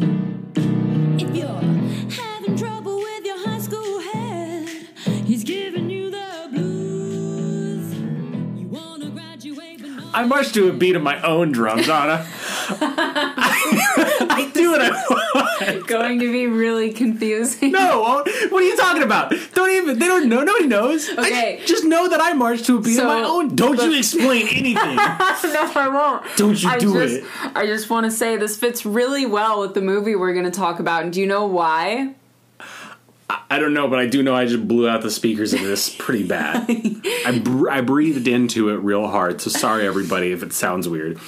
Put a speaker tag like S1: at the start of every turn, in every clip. S1: If you're having trouble with your high school head, he's giving you the blues. You wanna graduate, but not.
S2: I march to a beat of my own drums, Anna. I do what I want.
S3: Going to be really confusing.
S2: No, what are you talking about? Don't even. They don't know. Nobody knows. I
S3: Okay.
S2: ju- just know that I march to a beat
S3: So-
S2: of my own. Don't you explain anything?
S3: no, I won't.
S2: Don't you
S3: I
S2: do
S3: just,
S2: it.
S3: I just want to say this fits really well with the movie we're going to talk about. And do you know why?
S2: I don't know, but I do know I just blew out the speakers of this pretty bad. I br- I breathed into it real hard. So sorry everybody if it sounds weird.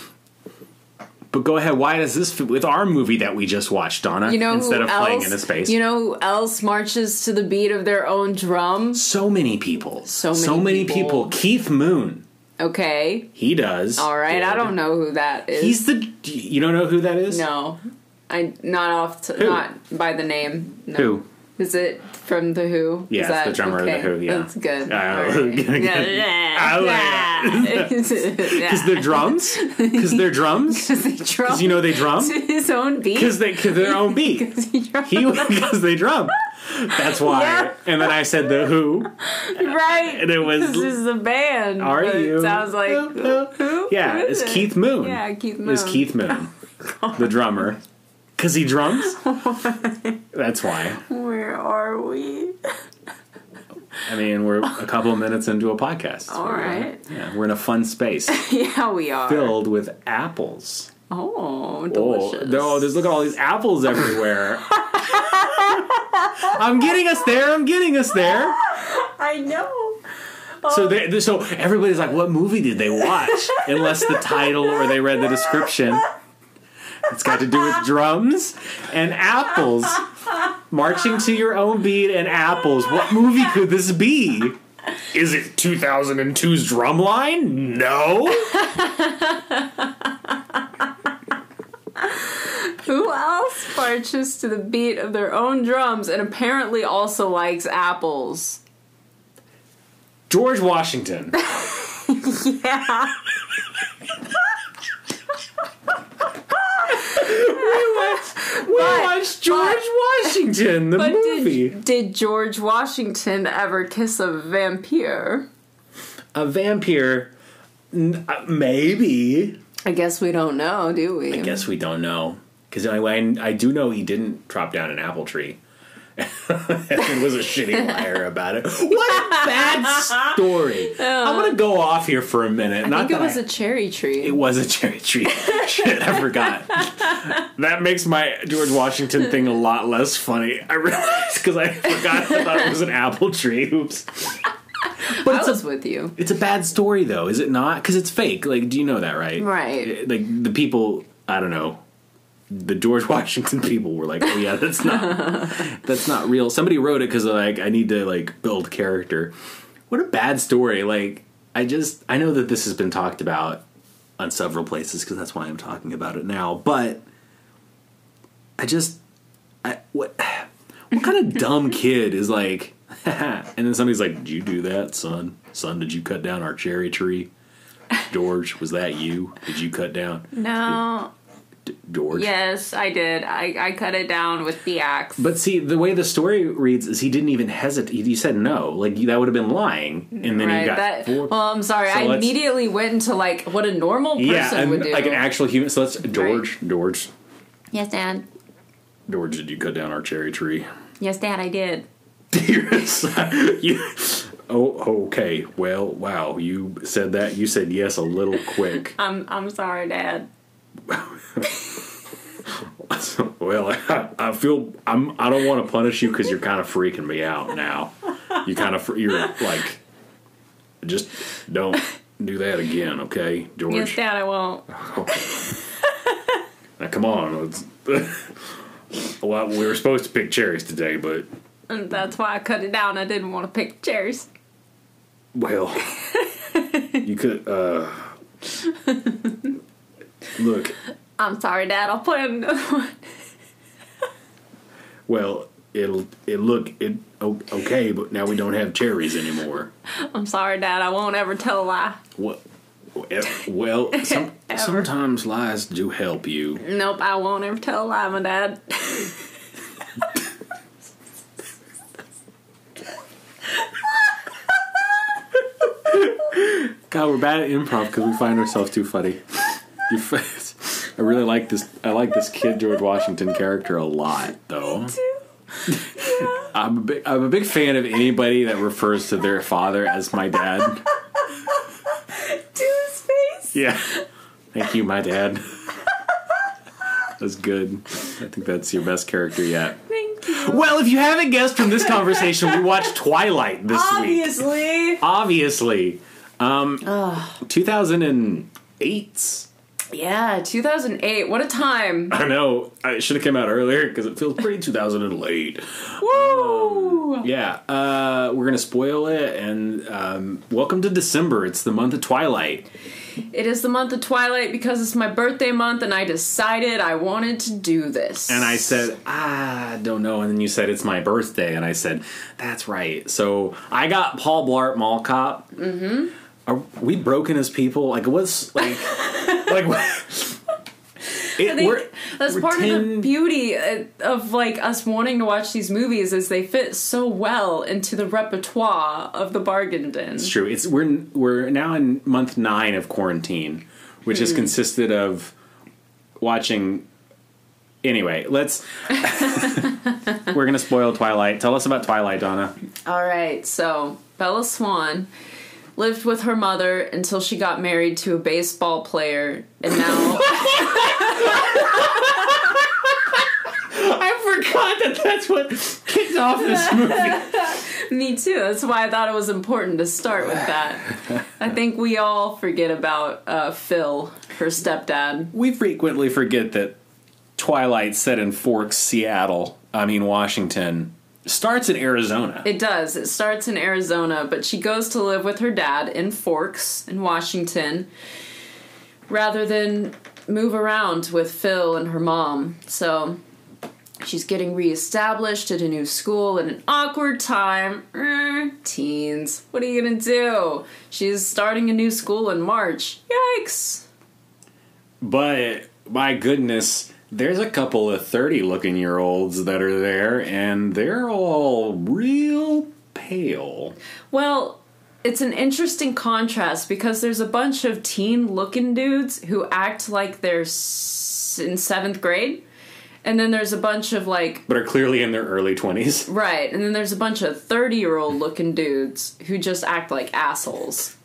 S2: But go ahead. Why does this fit with our movie that we just watched, Donna?
S3: You know
S2: instead
S3: who
S2: of
S3: else?
S2: playing into space.
S3: You know who else marches to the beat of their own drum?
S2: so many people.
S3: So many
S2: people.
S3: people.
S2: Keith Moon.
S3: Okay.
S2: He does.
S3: All right. I
S2: Good.
S3: don't know who that is.
S2: He's the. You don't know who that is?
S3: no. I not off to,
S2: Who?
S3: not by the name. No.
S2: Who?
S3: Is it from The Who?
S2: Yeah,
S3: Is
S2: it's the drummer of The Who, yeah.
S3: That's good.
S2: I
S3: All
S2: don't know.
S3: right. yeah,
S2: I
S3: yeah. yeah.
S2: Because they're drums. Because they're drums. Because
S3: They drum
S2: you know they drum.
S3: to his own beat.
S2: Because they cause their own beat.
S3: He drum-
S2: He because they drum. That's why.
S3: Yeah.
S2: And then I said the Who.
S3: right.
S2: and it was-
S3: this is the band.
S2: Are
S3: It
S2: you?
S3: Sounds like
S2: Who- who-
S3: who?
S2: Yeah,
S3: Who is
S2: it's
S3: it?
S2: Keith Moon.
S3: Yeah, Keith Moon.
S2: It's Keith Moon, the drummer, because he drums. That's why.
S3: Where are we?
S2: I mean, we're a couple of minutes into a podcast.
S3: All right.
S2: Yeah, we're in a fun space
S3: Yeah, we are.
S2: filled with apples.
S3: Oh,
S2: Oh,
S3: delicious.
S2: there- oh, there's look at all these apples everywhere. I'm getting us there. I'm getting us there.
S3: I know.
S2: So they, so everybody's like, what movie did they watch? Unless the title or they read the description. It's got to do with drums and apples. Marching to your own beat and apples. What movie could this be? Is it 2002's Drumline? No.
S3: Who else marches to the beat of their own drums and apparently also likes apples?
S2: George Washington.
S3: Yeah.
S2: We watched George Washington, the
S3: But
S2: movie.
S3: did, did George Washington ever kiss a vampire?
S2: A vampire. N- uh, maybe.
S3: I guess we don't know, do we?
S2: Guess we don't know. Because I, I, I do know he didn't drop down an apple tree. and was a shitty liar about it. What a bad story. I'm going to go off here for a minute.
S3: I
S2: Not
S3: think
S2: that
S3: it was
S2: I-
S3: a cherry tree.
S2: it was a cherry tree. Shit, I forgot. that makes my George Washington thing a lot less funny. I realized because I forgot I thought it was an apple tree. Oops. But
S3: I
S2: it's a
S3: was with you.
S2: it's a bad story though, is it not? Because it's fake. Like, do you know that, right?
S3: Right.
S2: Like the people, I don't know. The George Washington people were like, "Oh yeah, that's not that's not real." Somebody wrote it because like I need to like build character. What a bad story! Like I just I know that this has been talked about on several places because that's why I'm talking about it now. But I just I, what what kind of dumb kid is like? and then somebody's like, "Did you do that, son? Son, did you cut down our cherry tree? George, was that you? Did you cut down
S3: No.
S2: D- George?"
S3: Yes, I did. I, I cut it down with the axe.
S2: But see, the way the story reads is he didn't even hesitate. He said no. Like that would have been lying, and then he
S3: right.
S2: got
S3: That,
S2: four-
S3: well, I'm sorry.
S2: So
S3: I
S2: let's-
S3: immediately went into like what a normal person
S2: yeah, and,
S3: would do.
S2: like an actual human. So that's George. George,
S3: yes, Dad.
S2: George, did you cut down our cherry tree?
S3: Yes, Dad. I did.
S2: Yes. You- oh, okay. Well, wow. You said that. You said yes a little quick.
S3: I'm I'm sorry, Dad.
S2: well, I, I feel I'm. I don't want to punish you because you're kind of freaking me out now. You kind of you're like, just don't do that again, okay, George?
S3: Yes, Dad. I won't.
S2: Now, come on. Let's, well, we were supposed to pick cherries today, but
S3: And that's why I cut it down. I didn't want to pick chairs.
S2: Well, you could. uh Look,
S3: I'm sorry, Dad. I'll put another one.
S2: well, it'll it look it o- okay, but now we don't have cherries anymore.
S3: I'm sorry, Dad. I won't ever tell a lie.
S2: What? eh, Well, some, sometimes lies do help you.
S3: Nope, I won't ever tell a lie, my dad.
S2: God, we're bad at improv because we find ourselves too funny. Your face. I really like this. I like this kid George Washington character a lot, though. I'm a big. I'm a big fan of anybody that refers to their father as my dad.
S3: to his face.
S2: Yeah. Thank you, my dad. That's good. I think that's your best character yet.
S3: Thank you.
S2: Well, if you haven't guessed from this conversation, we watched Twilight this
S3: Ah,
S2: week.
S3: Obviously.
S2: Obviously. Um, 2008.
S3: Yeah, 2008. What a time.
S2: I know. I should have come out earlier because it feels pretty 2008.
S3: Woo!
S2: Yeah. Uh, we're going to spoil it. And um, welcome to December. It's the month of Twilight.
S3: It is the month of Twilight because it's my birthday month and I decided I wanted to do this.
S2: And I said, I don't know. And then you said, it's my birthday. And I said, that's right. So I got Paul Blart Mall Cop. Mm-hmm. Are we broken as people? Like, what's, like, like, what? It,
S3: I think
S2: we're-
S3: that's
S2: we're
S3: part of
S2: 10
S3: the beauty uh, of like us wanting to watch these movies is they fit so well into the repertoire of the bargain bin.
S2: It's true. It's we're we're now in month nine of quarantine, which has consisted of watching. Anyway, let's. we're gonna spoil Twilight. Tell us about Twilight, Donna.
S3: All right, so Bella Swan lived with her mother until she got married to a baseball player, and now
S2: I forgot that that's what kicked off this movie.
S3: me too. That's why I thought it was important to start with that. I think we all forget about uh, Phil, her stepdad.
S2: We frequently forget that Twilight, set in Forks, Seattle, I mean Washington, starts in Arizona.
S3: It does. It starts in Arizona, but she goes to live with her dad in Forks in Washington rather than move around with Phil and her mom. So she's getting reestablished at a new school at an awkward time. Eh, teens. What are you going to do? She's starting a new school in March. Yikes.
S2: But my goodness, there's a couple of 30 looking year olds that are there, and they're all real pale.
S3: Well, it's an interesting contrast because there's a bunch of teen looking dudes who act like they're s- in seventh grade. And then there's a bunch of like,
S2: But are clearly in their early 20s.
S3: right. And then there's a bunch of 30 year old looking dudes who just act like assholes.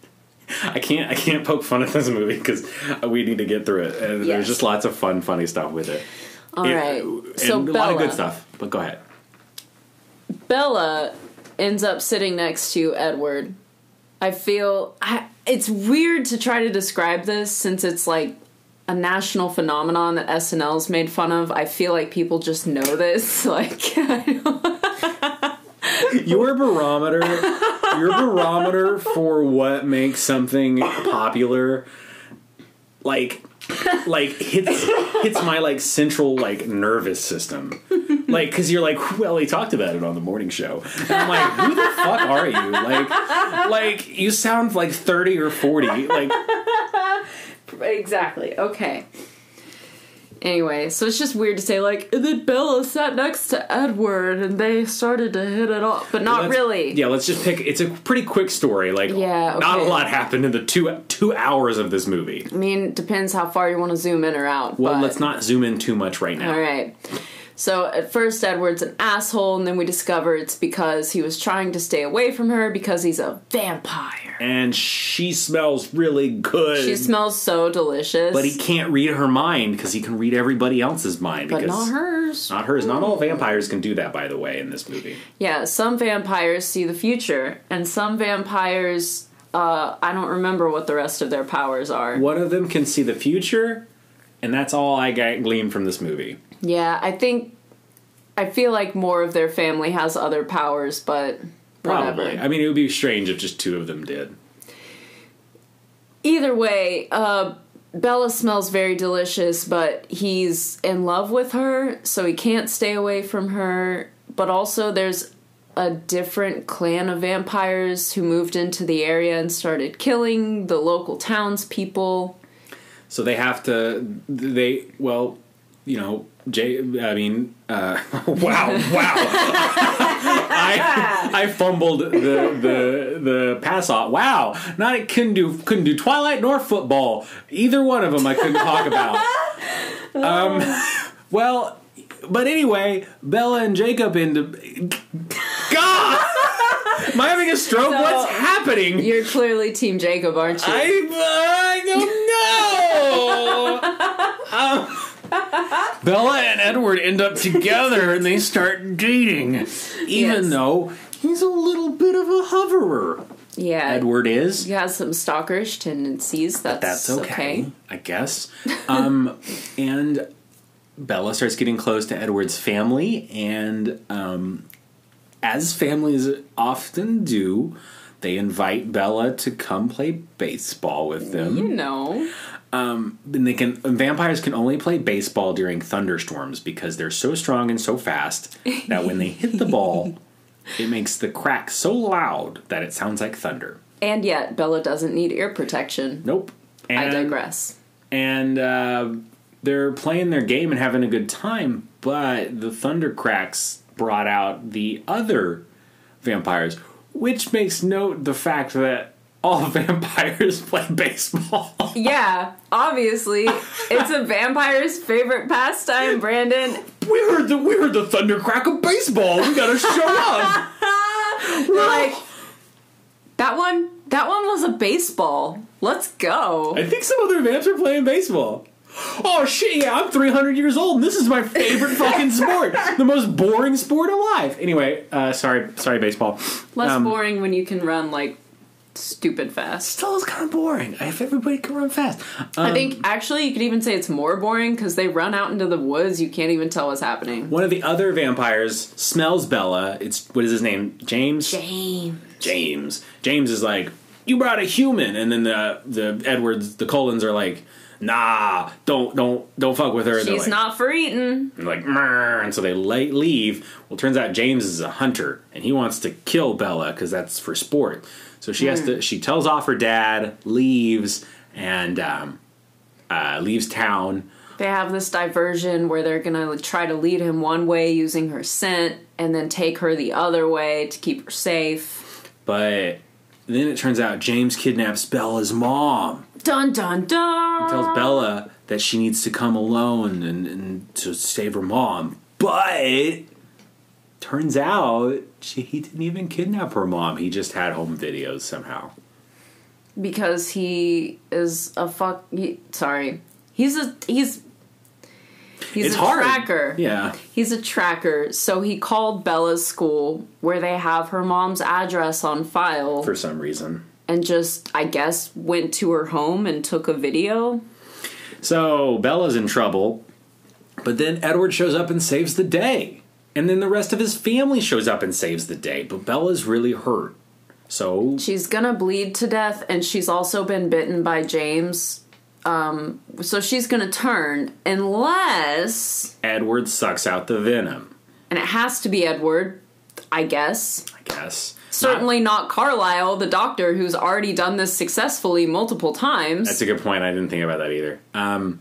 S2: I can't I can't poke fun at this movie because we need to get through it. And
S3: Yes.
S2: there's just lots of fun, funny stuff with it.
S3: All
S2: It- uh,
S3: right.
S2: And
S3: So
S2: a
S3: Bella,
S2: lot of good stuff. But go ahead.
S3: Bella ends up sitting next to Edward. I feel I, it's weird to try to describe this since it's like a national phenomenon that SNL's made fun of. I feel like people just know this. Like,
S2: Your barometer, your barometer for what makes something popular, like, like hits hits my like central like nervous system, like because you're like, well, he talked about it on the morning show, and I'm like, who the fuck are you? Like, like you sound like thirty or forty. Like,
S3: exactly. Okay. Anyway, so it's just weird to say like, and then Bella sat next to Edward and they started to hit it off, but not
S2: let's-
S3: really.
S2: Yeah, let's just pick. It's a pretty quick story. Like,
S3: Yeah,
S2: not a
S3: okay.
S2: lot happened in the two two hours of this movie.
S3: I mean, depends how far you want to zoom in or out.
S2: Well,
S3: but-
S2: let's not zoom in too much right now.
S3: All right. So at first, Edward's an asshole, and then we discover it's because he was trying to stay away from her because he's a vampire.
S2: and she smells really good.
S3: She smells so delicious,
S2: Mm. but he can't read her mind because he can read everybody else's mind.
S3: but
S2: because
S3: not hers.
S2: Not hers. Not all vampires can do that, by the way, in this movie.
S3: Yeah, some vampires see the future, and some vampires. Uh, I don't remember what the rest of their powers are.
S2: One of them can see the future, and that's all I got gleaned from this movie.
S3: Yeah, I think I feel like more of their family has other powers, but
S2: Probably.
S3: whatever.
S2: I mean, it would be strange if just two of them did.
S3: either way, uh, Bella smells very delicious, but he's in love with her, so he can't stay away from her. but also there's a different clan of vampires who moved into the area and started killing the local townspeople.
S2: So they have to. They well, you know, Jay. I mean, uh, wow, wow. I I fumbled the the the pass off. Wow, not it couldn't do couldn't do Twilight nor football. Either one of them I couldn't talk about. Um, well, but anyway, Bella and Jacob into God. Am I having a stroke?
S3: So-
S2: What's happening?
S3: You're clearly Team Jacob, aren't you?
S2: I, I don't know. oh, um, Bella and Edward end up together and they start dating, even
S3: Yes.
S2: though he's a little bit of a hoverer.
S3: yeah.
S2: Edward is.
S3: He has some stalkerish tendencies. That's,
S2: That's
S3: okay.
S2: okay, I guess. Um, and Bella starts getting close to Edward's family, and um, as families often do, they invite Bella to come play baseball with them.
S3: You know.
S2: and they can vampires can only play baseball during thunderstorms because they're so strong and so fast that when they hit the ball it makes the crack so loud that it sounds like thunder
S3: And yet, Bella doesn't need ear protection.
S2: nope and,
S3: I digress.
S2: and uh, they're playing their game and having a good time but the thunder cracks brought out the other vampires which makes note the fact that all vampires play baseball
S3: Yeah, obviously, it's a vampire's favorite pastime, Brandon.
S2: we heard the we heard the thunder crack of baseball we gotta show up
S3: like that one. That one was a baseball. Let's go.
S2: I think some other vamps are playing baseball. Oh shit, yeah, I'm 300 years old and this is my favorite fucking sport. The most boring sport alive. Anyway, uh, sorry, sorry, baseball.
S3: Less
S2: Um,
S3: boring when you can run like stupid fast.
S2: Still is kind of boring. If everybody can run fast. Um,
S3: I think actually you could even say it's more boring because they run out into the woods. You can't even tell what's happening.
S2: one of the other vampires smells Bella. It's, what is his name? James?
S3: James.
S2: James. James is like, "You brought a human," and then the the Edwards, the Colons are like, "Nah, don't don't don't fuck with her." They're
S3: She's
S2: like,
S3: not for eating.
S2: And like, "Mrr," and so they la- leave. Well, turns out James is a hunter, and he wants to kill Bella because that's for sport. So she has
S3: Hmm.
S2: to. She tells off her dad, leaves, and um, uh, leaves town.
S3: They have this diversion where they're gonna try to lead him one way using her scent and then take her the other way to keep her safe.
S2: But then it turns out James kidnaps Bella's mom.
S3: Dun dun dun!
S2: Tells Bella that she needs to come alone and, and to save her mom. But turns out she, he didn't even kidnap her mom. He just had home videos somehow.
S3: because he is a fuck. He, sorry, he's a he's he's
S2: it's
S3: a
S2: hard.
S3: tracker.
S2: Yeah.
S3: He's a tracker, so he called Bella's school where they have her mom's address on file
S2: for some reason.
S3: and just, I guess, went to her home and took a video.
S2: So Bella's in trouble, but then Edward shows up and saves the day. And then the rest of his family shows up and saves the day, but Bella's really hurt. So
S3: She's gonna bleed to death, and she's also been bitten by James. Um, so she's gonna turn unless,
S2: Edward sucks out the venom,
S3: and it has to be Edward, I guess.
S2: I guess.
S3: Certainly not Carlisle, the doctor, who's already done this successfully multiple times.
S2: That's a good point. I didn't think about that either. Um,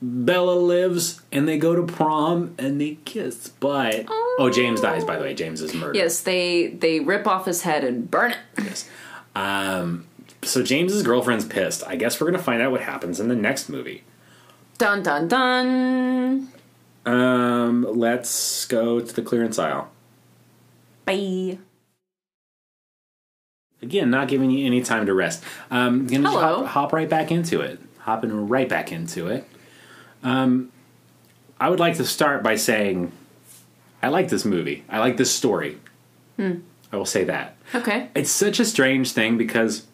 S2: Bella lives and they go to prom and they kiss, but. Oh, James dies, by the way. James is murdered.
S3: yes, they they rip off his head and burn it.
S2: Um, so James's girlfriend's pissed. I guess we're going to find out what happens in the next movie.
S3: Dun dun dun.
S2: Um, let's go to the clearance aisle.
S3: Bye.
S2: Again, not giving you any time to rest. Um, gonna just
S3: Hello.
S2: hop, hop right back into it. Hopping right back into it. Um, I would like to start by saying, I like this movie. I like this story. I will say that.
S3: Okay.
S2: It's such a strange thing because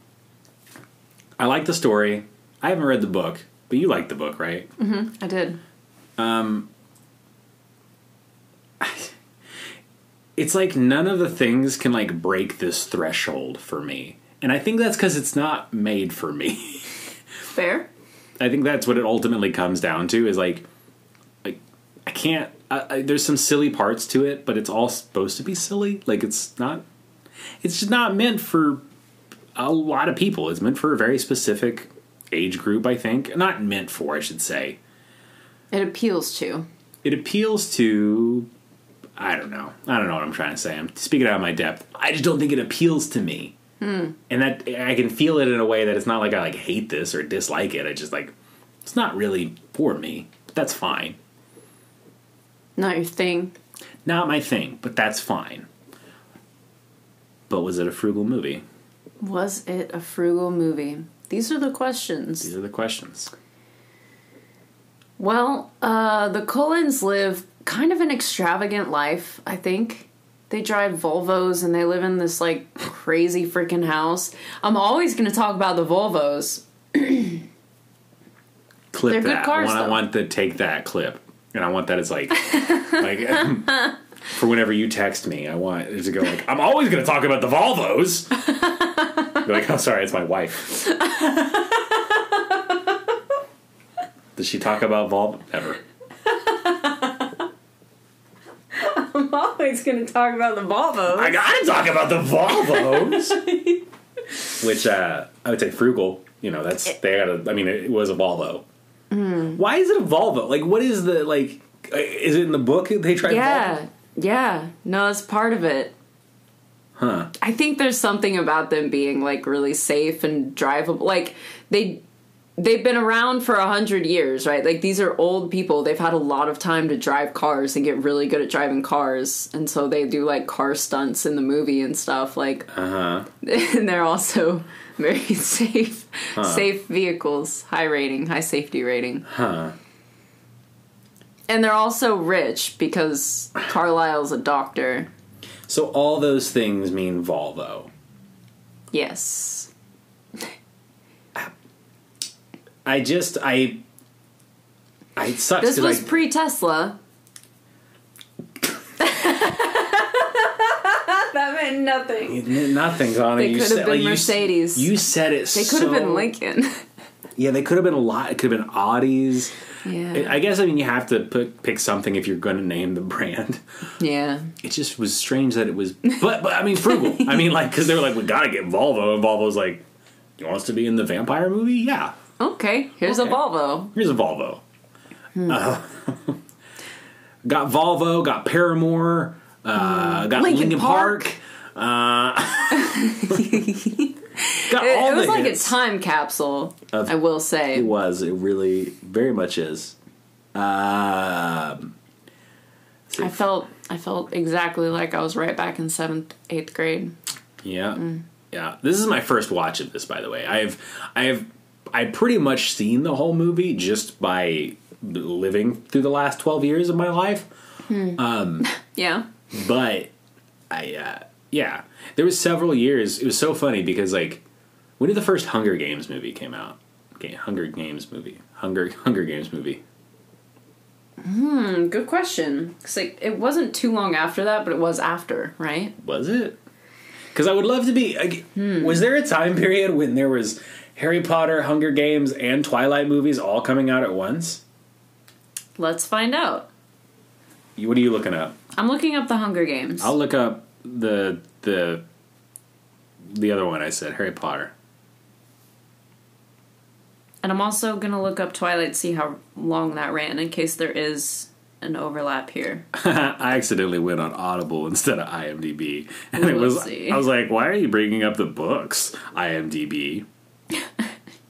S2: I like the story. I haven't read the book, but you like the book, right?
S3: I did.
S2: it's like none of the things can like break this threshold for me and i think that's because it's not made for me
S3: Fair.
S2: i think that's what it ultimately comes down to is like like i can't I- I, I, there's some silly parts to it, but it's all supposed to be silly. Like it's not. It's just not meant for a lot of people. It's meant for a very specific age group, I think. Not meant for, I should say.
S3: It appeals to.
S2: It appeals to. I don't know. I don't know what I'm trying to say. I'm speaking out of my depth. I just don't think it appeals to me. And that I can feel it in a way that it's not like I like hate this or dislike it. I just like it's not really for me. That's fine.
S3: Not your thing.
S2: Not my thing, but that's fine. But was it a frugal movie?
S3: Was it a frugal movie? These are the questions.
S2: These are the questions.
S3: Well, uh, the Cullens live kind of an extravagant life, I think. They drive Volvos and they live in this like crazy freaking house. I'm always going to talk about the Volvos.
S2: Clip
S3: They're good
S2: that.
S3: cars,
S2: I, want, I
S3: though.
S2: want to take that clip, and I want that as like, like for whenever you text me, I want it to go like, I'm always going to talk about the Volvos. You're like, oh, sorry, it's my wife. Does she talk about Volvo ever?
S3: I'm always going to talk about the Volvos.
S2: I gotta talk about the Volvos, which uh, I would say frugal. You know, that's they gotta. I mean, it was a Volvo.
S3: Mm.
S2: Why is it a Volvo? Like, what is the like? uh, Is it in the book they tried?
S3: yeah. Yeah. No, that's part of it.
S2: Volvo?
S3: I think there's something about them being like really safe and drivable. Like they they've been around for a hundred years, right? Like these are old people. They've had a lot of time to drive cars and get really good at driving cars, and so they do like car stunts in the movie and stuff. Like,
S2: Huh? Uh huh.
S3: and they're also very safe, safe vehicles, high rating, high safety rating.
S2: Huh.
S3: And they're also rich because Carlisle's a doctor.
S2: So all those things mean Volvo.
S3: Yes.
S2: I just I. I it sucks.
S3: This
S2: 'cause
S3: was
S2: I,
S3: pre Tesla. that meant nothing.
S2: it meant nothing on
S3: They
S2: it. You
S3: could have
S2: said-
S3: been
S2: you s-
S3: Mercedes.
S2: You, said it.
S3: They could have been Lincoln.
S2: Yeah, they could have been a lot. It could have been Audis.
S3: yeah.
S2: I guess I mean you have to pick, pick something if you're going to name the brand.
S3: yeah.
S2: It just was strange that it was, but but I mean frugal. I mean like because they were like we gotta get Volvo, and Volvo's like, you want us to be in the vampire movie? Yeah,
S3: Okay, here's
S2: Okay.
S3: a Volvo.
S2: here's a Volvo.
S3: Hmm.
S2: Uh, got Volvo, got Paramore, uh, got
S3: Linkin
S2: Lincoln, Park.
S3: Park.
S2: Uh, got
S3: It,
S2: all
S3: it was
S2: the
S3: like
S2: hits.
S3: a time capsule,
S2: Of-
S3: I will say.
S2: It was. It really very much is. Um
S3: I felt I felt exactly like I was right back in seventh, eighth grade.
S2: Yeah.
S3: Hmm.
S2: Yeah. This is my first watch of this by the way. I've I've I pretty much seen the whole movie just by living through the last 12 years of my life,
S3: Yeah.
S2: but I uh yeah, there was several years. It was so funny because like when did the first Hunger Games movie came out? Okay, Hunger Games movie. Hunger Hunger Games movie.
S3: Mm, Good question. 'Cause, like it wasn't too long after that, but it was after, right?
S2: Was it? Because I would love to be. Like, Was there a time period when there was Harry Potter, Hunger Games, and Twilight movies all coming out at once?
S3: Let's find out.
S2: You- What are you looking up?
S3: I'm looking up the Hunger Games.
S2: I'll look up the the the other one I said, Harry Potter.
S3: And I'm also gonna look up Twilight, see how long that ran, in case there is an overlap here.
S2: I accidentally went on Audible instead of IMDb, and it was
S3: Whoopsie.
S2: I was like, "Why are you bringing up the books, IMDb?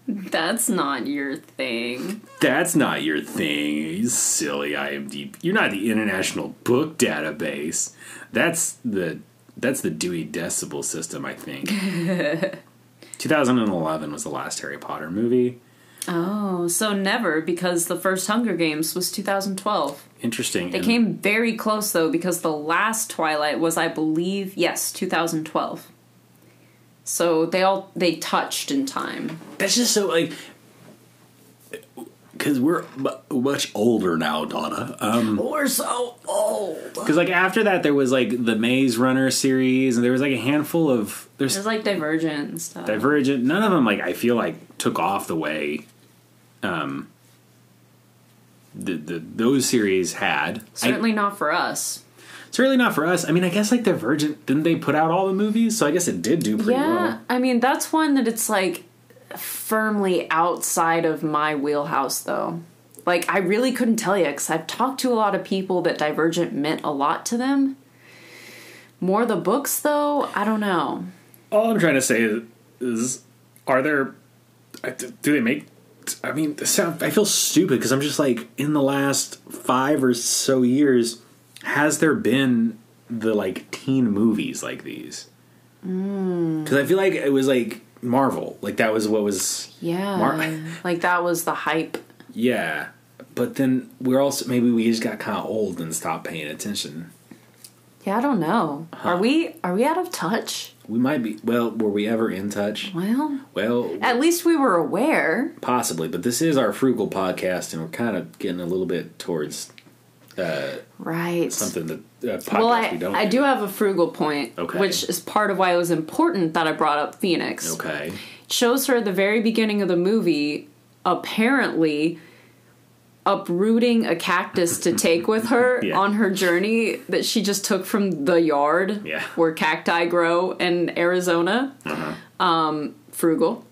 S3: That's not your thing.
S2: That's not your thing, you silly IMDb. You're not the International Book Database. That's the that's the Dewey Decibel System, I think. 2011 was the last Harry Potter movie.
S3: Oh, so never because the first Hunger Games was 2012.
S2: Interesting.
S3: They came very close though because the last Twilight was, I believe, yes, 2012. So they all they touched in time.
S2: That's just so like because we're mu- much older now, Donna. Um,
S3: We're so old.
S2: Because like after that, there was like the Maze Runner series, and there was like a handful of there's
S3: It's like Divergent and stuff.
S2: Divergent. None of them like I feel like took off the way um the, the those series had. I-
S3: Certainly not for us.
S2: certainly not for us. I mean, I guess like Divergent didn't they put out all the movies? So I guess it did do pretty
S3: yeah,
S2: well.
S3: I mean that's one that it's like firmly outside of my wheelhouse though. Like I really couldn't tell you cuz I've talked to a lot of people that Divergent meant a lot to them. More the books though, I don't know.
S2: All I'm trying to say is, is are there? I- d- Do they make? I mean, this sound, I feel stupid because I'm just like in the last five or so years, has there been the like teen movies like these? Because I feel like it was like Marvel, like that was what was
S3: Yeah.
S2: Mar-
S3: like that was the hype.
S2: yeah. But then we're also maybe we just got kind of old and stopped paying attention.
S3: Yeah, I don't know. Are we are we out of touch?
S2: We might be well. Were we ever in touch?
S3: Well,
S2: Well,
S3: at least we were aware.
S2: possibly, but this is our frugal podcast, and we're kind of getting a little bit towards
S3: Right.
S2: something that uh, podcast
S3: well, I,
S2: we don't.
S3: I do have a frugal point,
S2: Okay.
S3: which is part of why it was important that I brought up Phoenix.
S2: Okay.
S3: shows her at the very beginning of the movie apparently uprooting a cactus to take with her
S2: Yeah.
S3: on her journey that she just took from the yard
S2: Yeah.
S3: where cacti grow in Arizona.
S2: Uh-huh.
S3: Um, frugal.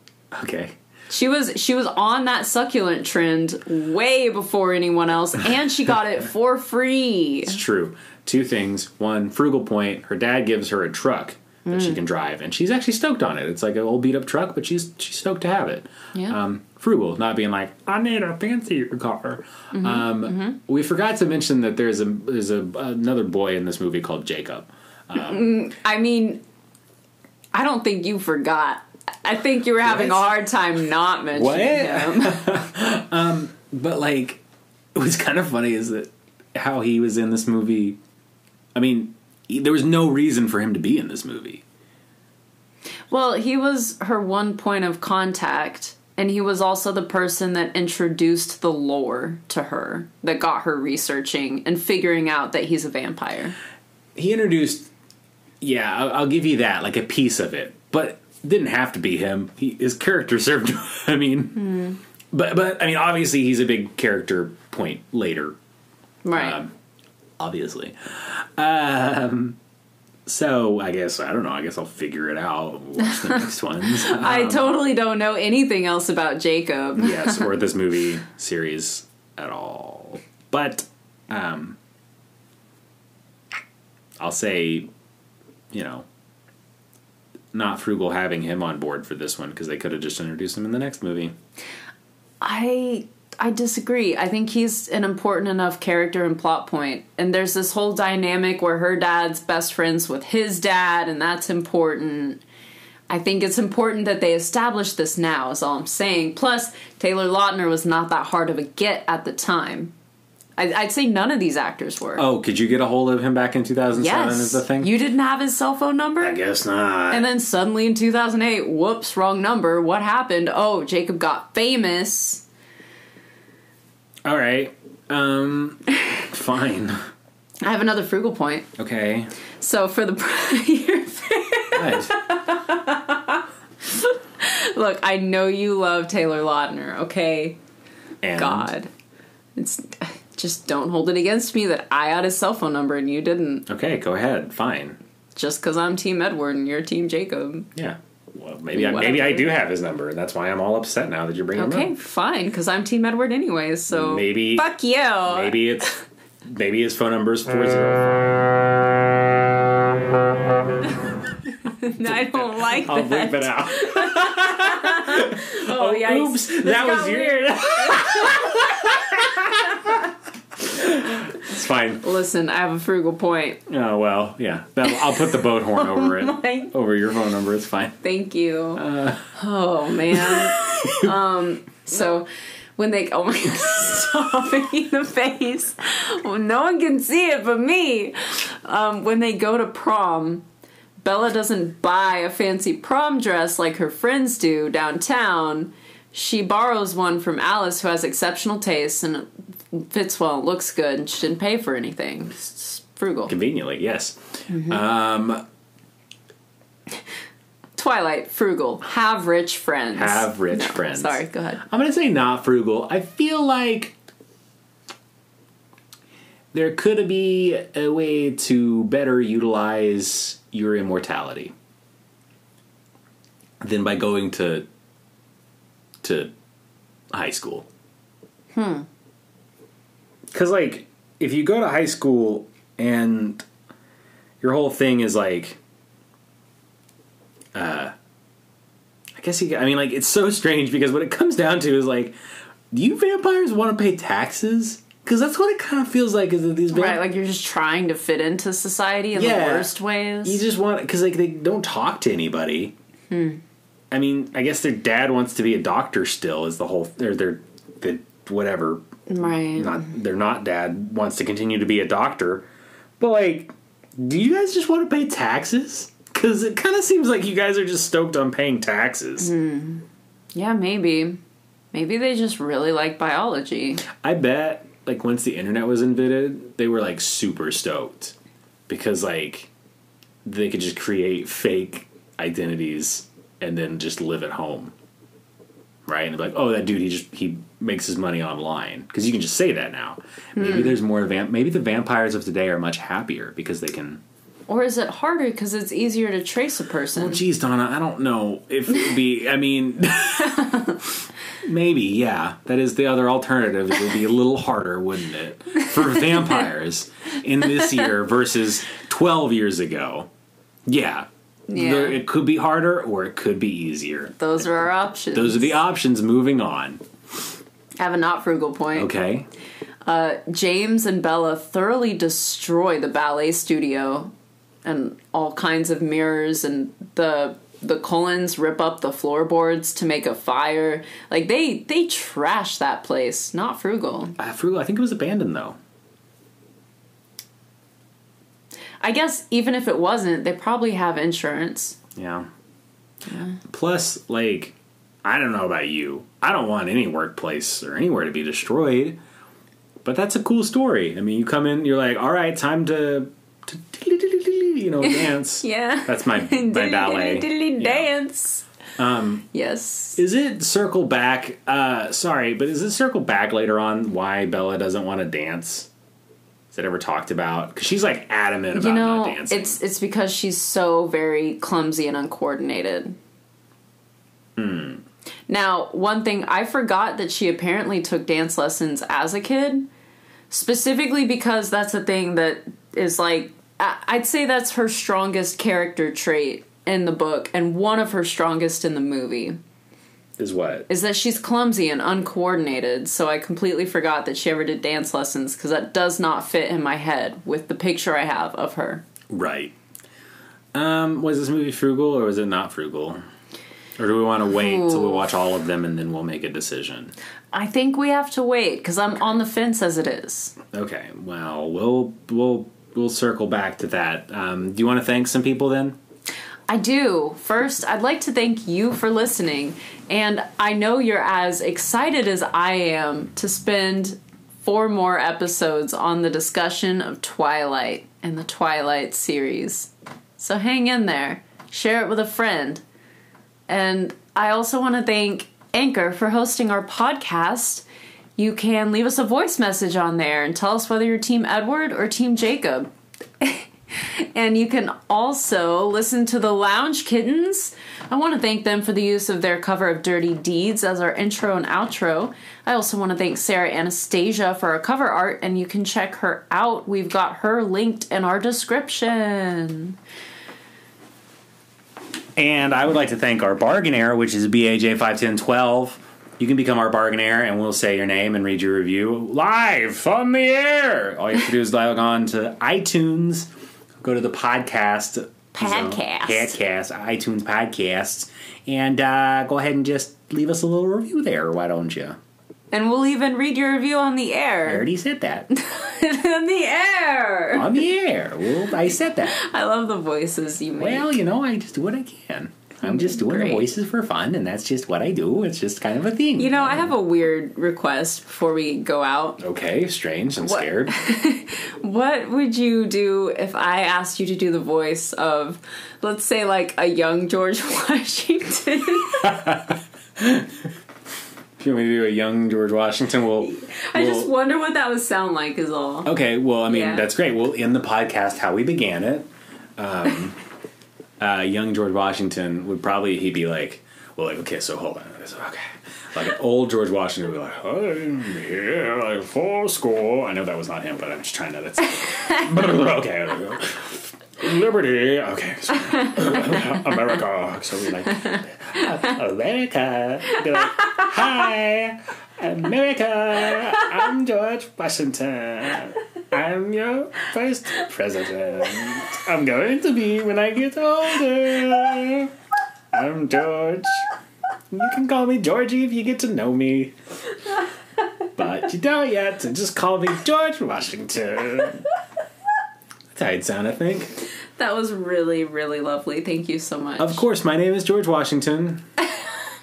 S2: Okay.
S3: She was she was on that succulent trend way before anyone else, and she got it for free.
S2: It's true. Two things. One, frugal point. Her dad gives her a truck that
S3: Mm.
S2: she can drive, and she's actually stoked on it. It's like an old beat up truck, but she's she's stoked to have it.
S3: Yeah.
S2: Um, frugal, not being like I need a fancy car.
S3: Mm-hmm.
S2: um, We forgot to mention that there's a there's a, another boy in this movie called Jacob.
S3: I mean, I don't think you forgot. I think you were having
S2: What?
S3: a hard time not mentioning
S2: What?
S3: him.
S2: Um, But like, what's kind of funny is that how he was in this movie. I mean, he- there was no reason for him to be in this movie.
S3: Well, he was her one point of contact, and he was also the person that introduced the lore to her, that got her researching and figuring out that he's a vampire.
S2: He introduced, yeah, I'll, I'll give you that, like a piece of it, but it didn't have to be him. He, his character served. I mean, but but I mean, obviously, he's a big character point later
S3: Right.
S2: Um, obviously. Um, so I guess I don't know. I guess I'll figure it out. Watch the next ones.
S3: I totally don't know anything else about Jacob.
S2: yes, or this movie series at all. But um I'll say, you know, not frugal having him on board for this one because they could have just introduced him in the next movie.
S3: I I disagree. I think he's an important enough character and plot point. And there's this whole dynamic where her dad's best friends with his dad, and that's important. I think it's important that they establish this now, is all I'm saying. Plus, Taylor Lautner was not that hard of a get at the time. I, I'd say none of these actors were.
S2: Oh, could you get a hold of him back in 2007
S3: yes.
S2: is the thing?
S3: You didn't have his cell phone number?
S2: I guess not.
S3: And then suddenly in 2008, whoops, wrong number. What happened? Oh, Jacob got famous.
S2: all right. Um fine.
S3: I have another frugal point.
S2: Okay.
S3: So for the prior
S2: Nice.
S3: look, I know you love Taylor Lautner. Okay,
S2: And
S3: God, it's just don't hold it against me that I had his cell phone number and you didn't.
S2: Okay, go ahead. Fine.
S3: Just because I'm Team Edward and you're Team Jacob.
S2: Yeah. Well, maybe I, maybe I do have his number, and that's why I'm all upset now that you're bringing him up.
S3: Okay, fine, because I'm Team Edward anyways. So
S2: Maybe-
S3: fuck you.
S2: Maybe it's maybe his phone number is four zero.
S3: I don't like
S2: I'll
S3: that.
S2: bleep it out.
S3: Oh, yikes.
S2: Oops,
S3: This
S2: that
S3: got
S2: was your.
S3: weird.
S2: it's fine.
S3: Listen, I have a frugal point.
S2: Oh well, yeah. That'll, I'll put the boat horn over it,
S3: Oh my-
S2: over your phone number. It's fine.
S3: Thank you. oh man. um. So when they oh my stop it in the face. Well, no one can see it but me. Um, when they go to prom, Bella doesn't buy a fancy prom dress like her friends do downtown. She borrows one from Alice, who has exceptional taste and it fits well, it looks good, and she didn't pay for anything. It's frugal.
S2: Conveniently, yes.
S3: Twilight, frugal. Have rich friends.
S2: Have rich
S3: No,
S2: friends.
S3: Sorry, go ahead.
S2: I'm gonna say not frugal. I feel like there could be a way to better utilize your immortality than by going to to high school. Hmm. Cuz like if you go to high school and your whole thing is like uh I guess you I mean like it's so strange because what it comes down to is like do you vampires want to pay taxes? Cuz that's what it kind of feels like is that these
S3: Right,
S2: vamp-
S3: like you're just trying to fit into society in
S2: Yeah.
S3: the worst ways.
S2: You just want because like they don't talk to anybody. Hmm. I mean, I guess their dad wants to be a doctor still. Is the whole or their the whatever
S3: right.
S2: not their not dad wants to continue to be a doctor. But like, do you guys just want to pay taxes? Because it kind of seems like you guys are just stoked on paying taxes.
S3: Yeah, maybe. Maybe they just really like biology.
S2: I bet like once the internet was invented, they were like super stoked because like they could just create fake identities and then just live at home. Right? And be like, "Oh, that dude he just he makes his money online." Cuz you can just say that now. Maybe there's more vamp maybe the vampires of today are much happier because they can
S3: Or is it harder because it's easier to trace a person?
S2: Geez, Donna, I don't know if it would be I mean Maybe, yeah. That is the other alternative. It would be a little harder, wouldn't it, for vampires in this year versus 12 years ago? Yeah.
S3: Yeah.
S2: There- it could be harder or it could be easier.
S3: Those are our options.
S2: Those are the options moving on.
S3: I have a not frugal point.
S2: Okay.
S3: James and Bella thoroughly destroy the ballet studio and all kinds of mirrors and the the Cullens rip up the floorboards to make a fire. Like they they trash that place. Not frugal.
S2: Uh, Frugal, I think it was abandoned, though.
S3: I guess even if it wasn't, they probably have insurance.
S2: Yeah. Plus, like, I don't know about you. I don't want any workplace or anywhere to be destroyed. But that's a cool story. I mean, you come in, you're like, all right, time to, to you know, dance.
S3: Yeah.
S2: That's my, my ballet. Yeah.
S3: dance. Um yes.
S2: Is it circle back? Uh, sorry, but is it circle back later on why Bella doesn't want to dance? Is it ever talked about? Because she's like adamant about
S3: You
S2: not
S3: know,
S2: dancing.
S3: it's it's because she's so very clumsy and uncoordinated. Hmm.
S2: Hmm.
S3: Now, one thing I forgot that she apparently took dance lessons as a kid, specifically because that's a thing that is like I- I'd say that's her strongest character trait in the book and one of her strongest in the movie
S2: is what?
S3: is that she's clumsy and uncoordinated, so I completely forgot that she ever did dance lessons because that does not fit in my head with the picture I have of her.
S2: Right. Um, was this movie frugal or was it not frugal? Or do we want to wait till we watch all of them and then we'll make a decision?
S3: I think we have to wait because I'm on the fence as it is.
S2: Okay. Well, we'll we'll we'll circle back to that. Um, do you want to thank some people then?
S3: I do. First, I'd like to thank you for listening, and I know you're as excited as I am to spend four more episodes on the discussion of Twilight and the Twilight series. So hang in there, share it with a friend. And I also want to thank Anchor for hosting our podcast. You can leave us a voice message on there and tell us whether you're Team Edward or Team Jacob. And you can also listen to the Lounge Kittens. I want to thank them for the use of their cover of Dirty Deeds as our intro and outro. I also want to thank Sarah Anastasia for our cover art, and you can check her out. We've got her linked in our description.
S2: And I would like to thank our bargainaire, which is BAJ five ten twelve. You can become our bargainaire, and we'll say your name and read your review live on the air. All you have to do is log on to iTunes, go to the podcast,
S3: Podcast.
S2: podcast, iTunes podcasts, and uh, go ahead and just leave us a little review there. Why don't you?
S3: And we'll even read your review on the
S2: I
S3: air.
S2: already said that
S3: on the air!
S2: on the air. Well, I said that.
S3: I love the voices you make.
S2: Well, you know, I just do what I can. I'm just doing
S3: Great.
S2: the voices for fun, and that's just what I do. It's just kind of a thing.
S3: you know, I have a weird request before we go out.
S2: Okay, strange. I'm scared.
S3: What would you do if I asked you to do the voice of, let's say, like a young George Washington?
S2: If you want me to do a young George Washington, we'll.
S3: I
S2: we'll-
S3: just wonder what that would sound like, is all.
S2: Okay, well, I mean,
S3: Yeah.
S2: that's great. We'll end the podcast how we began it. Um, uh, young George Washington would probably he'd be like, well, like okay, so hold on, It's okay. Like an old George Washington would be like, I'm here like four score. I know that was not him, but I'm just trying to. That's okay. there we go. Liberty. Okay. sorry. America. So we like America. Be like, Hi, America. I'm George Washington. I'm your first president. I'm going to be when I get older. I'm George. You can call me Georgie if you get to know me. But you don't yet, so just call me George Washington. That's how it sound, I think.
S3: That was really, really lovely. Thank you so much.
S2: Of course, my name is George Washington.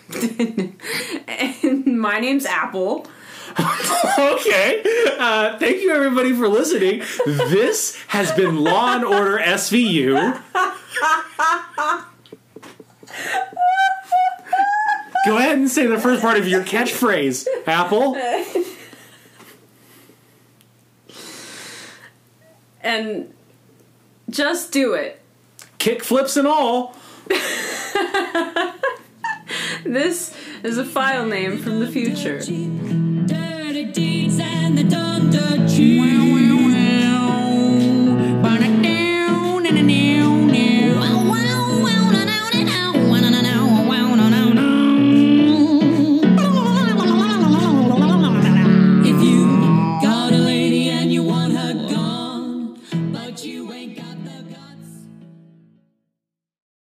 S3: My name's Apple.
S2: okay. Uh, thank you, everybody, for listening. This has been Law and Order SVU. Go ahead and say the first part of your catchphrase, Apple.
S3: And just do it.
S2: Kick flips and all.
S3: This is a file name from the future.
S1: Dirty deeds and the done dirt cheap.